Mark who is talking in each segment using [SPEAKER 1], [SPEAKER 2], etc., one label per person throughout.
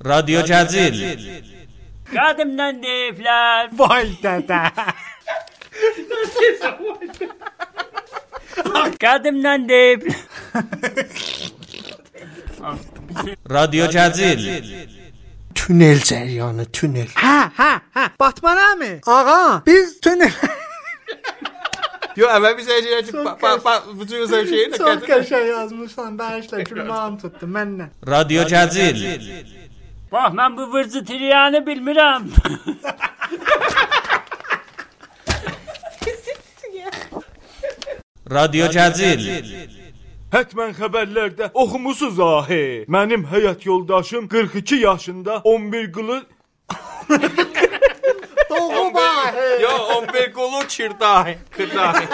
[SPEAKER 1] رادیو جزیل
[SPEAKER 2] Kadimden deyiblər.
[SPEAKER 3] Vay dədə.
[SPEAKER 2] Kadimden deyiblər.
[SPEAKER 1] رادیو جزیل
[SPEAKER 4] Tünel cəryanı, tünel.
[SPEAKER 3] Hə, hə, hə. Batmanəmi? Ağa, biz tünel.
[SPEAKER 5] Yo hemen bir şey açıp bak bak bak bu çocuğu sen şeyi de
[SPEAKER 3] Çok
[SPEAKER 5] kendin.
[SPEAKER 3] kaşa yazmışsan. Ben işle külmağım tuttu. Mənlə.
[SPEAKER 1] رادیو جزیل
[SPEAKER 2] Bax mən bu vırcı triyanı bilmirəm.
[SPEAKER 1] رادیو جزیل
[SPEAKER 6] Hətmən xəbərlərdə oxumusuz ahi. Mənim həyat yoldaşım 42 yaşında 11 qılı
[SPEAKER 3] Doğu bahı.
[SPEAKER 5] Yo 11 kolu çırdahi kırdahi.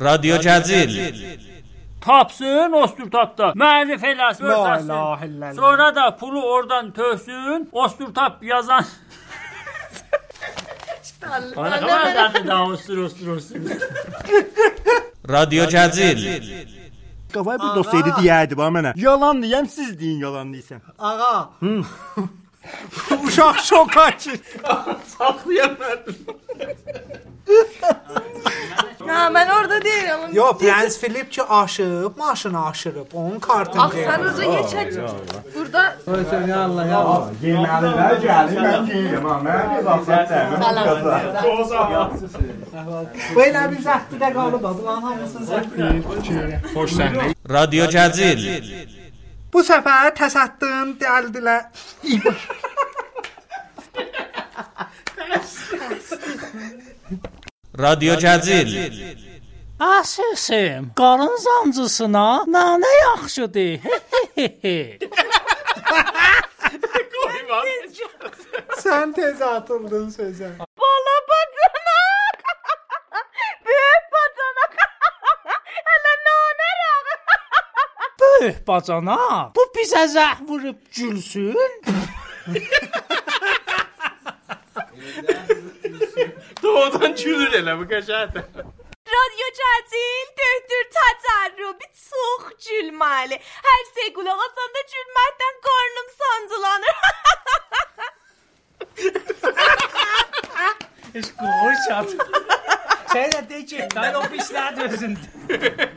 [SPEAKER 1] رادیو جزیل
[SPEAKER 2] Tapsın Osturtap'ta. Müellif eləsin,
[SPEAKER 3] La
[SPEAKER 2] ötəsin.
[SPEAKER 3] ilahe illallah.
[SPEAKER 2] Sonra da pulu oradan töksün. Osturtap yazan. Bana kadar zaten daha ostur ostur ostur.
[SPEAKER 1] رادیو جزیل
[SPEAKER 7] Kafaya bir dosyaydı diyerdi bana mənə. Yalan deyəm, siz deyin yalan deyirsən.
[SPEAKER 3] Ağa. Uşaq şoka ki.
[SPEAKER 8] Ha ben orada değilim.
[SPEAKER 3] Yo Prens Philip ki aşıb, maşını aşırıb. Onun kartını
[SPEAKER 8] Ah, Sen orada geçer. Burada
[SPEAKER 7] Yeməlilər gəlir, mən deyirəm, ha, mənə bir baxsan təmin.
[SPEAKER 3] Böyle bir zəhdi də qalıb. Bunların hamısını zəhdi.
[SPEAKER 5] Hoş sen ne?
[SPEAKER 1] رادیو جزیل
[SPEAKER 3] Bu səfər təsəddün dəldilər.
[SPEAKER 1] رادیو جزیل
[SPEAKER 9] Əsəsim, qarın zancısına nanə yaxşıdır.
[SPEAKER 3] Sən tez atıldın sözə.
[SPEAKER 8] Bala bacanak. Büyük bacanak. Hele nane rağı.
[SPEAKER 9] Böyük bacana, bu bizə zəh vurub gülsün.
[SPEAKER 5] Doğudan çürür hele bu kaşar da.
[SPEAKER 8] Radyo çeltil döktür tatarru bir soğuk cülmali. Her şey kulağa sanda cülmekten karnım sancılanır.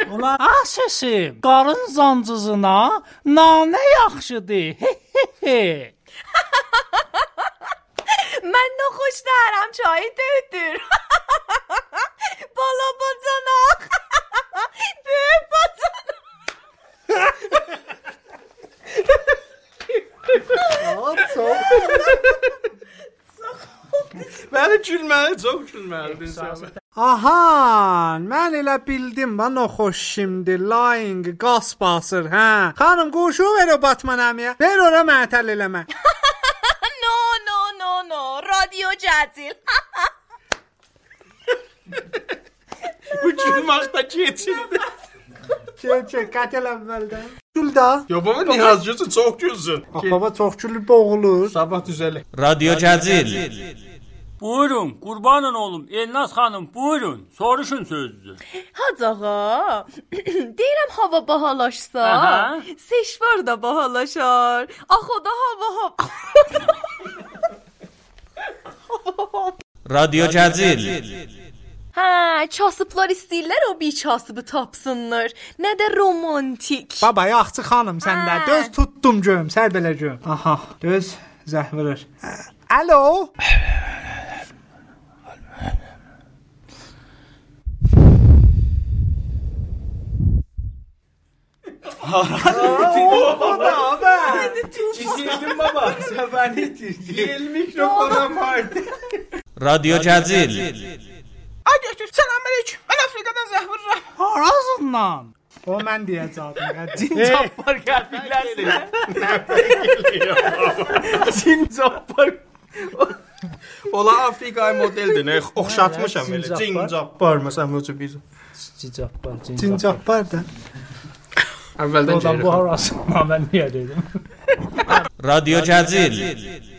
[SPEAKER 9] Əsəsim, qarın ah zancısına nanə yaxşıdır.
[SPEAKER 8] ben ne hoş derim çayı döktür. Bala bacanak. Büyük bacanak.
[SPEAKER 5] Ben de çürmeli çok çürmeli.
[SPEAKER 3] Aha, mən elə bildim, mən o xoş şimdi lying qas basır, hə. Xanım qoşu ver o Batman əmiyə. Ver ora məətəl eləmə.
[SPEAKER 8] No no no no. Radyo çeltil.
[SPEAKER 5] Bu çürmakta geçildi.
[SPEAKER 3] Çək, qatil əvvəldən. Gülda.
[SPEAKER 5] Yo baba niye yazıyorsun çok çürsün.
[SPEAKER 3] Bax baba çox gülüb boğulur.
[SPEAKER 5] Sabah düzelir.
[SPEAKER 1] رادیو جزیل
[SPEAKER 2] buyurun kurbanın oğlum. Elnaz xanım buyurun. Soruşun sözünüzü.
[SPEAKER 8] Hacı ağa, deyirəm hava bahalaşsa,
[SPEAKER 2] Aha.
[SPEAKER 8] seşvar da bahalaşar. Axı da hava hava.
[SPEAKER 1] رادیو جزیل
[SPEAKER 8] Hə, kasıblar istəyirlər o bir kasıbı tapsınlar. Nə də romantik.
[SPEAKER 3] Baba, yaxşı xanım səndə.
[SPEAKER 8] Hə.
[SPEAKER 3] Döz tutdum göm, sər belə göm. Aha, döz zəhvirir. Hə. Alo.
[SPEAKER 5] Çizildin baba. Sen ben de çizdin. Değil mikrofona vardı.
[SPEAKER 1] رادیو جزیل
[SPEAKER 9] Harazından.
[SPEAKER 3] O mən deyəcəyəm. Cincap.
[SPEAKER 5] Cincapar. Ola Afrika'yı modeldi ne? Oxşatmışam elə.
[SPEAKER 3] Cincapar.
[SPEAKER 5] Cincapar məsələn bu biz.
[SPEAKER 3] Cincap var da.
[SPEAKER 5] Əvvəldən
[SPEAKER 9] Harazından mən niyə dedim?
[SPEAKER 1] رادیو جزیل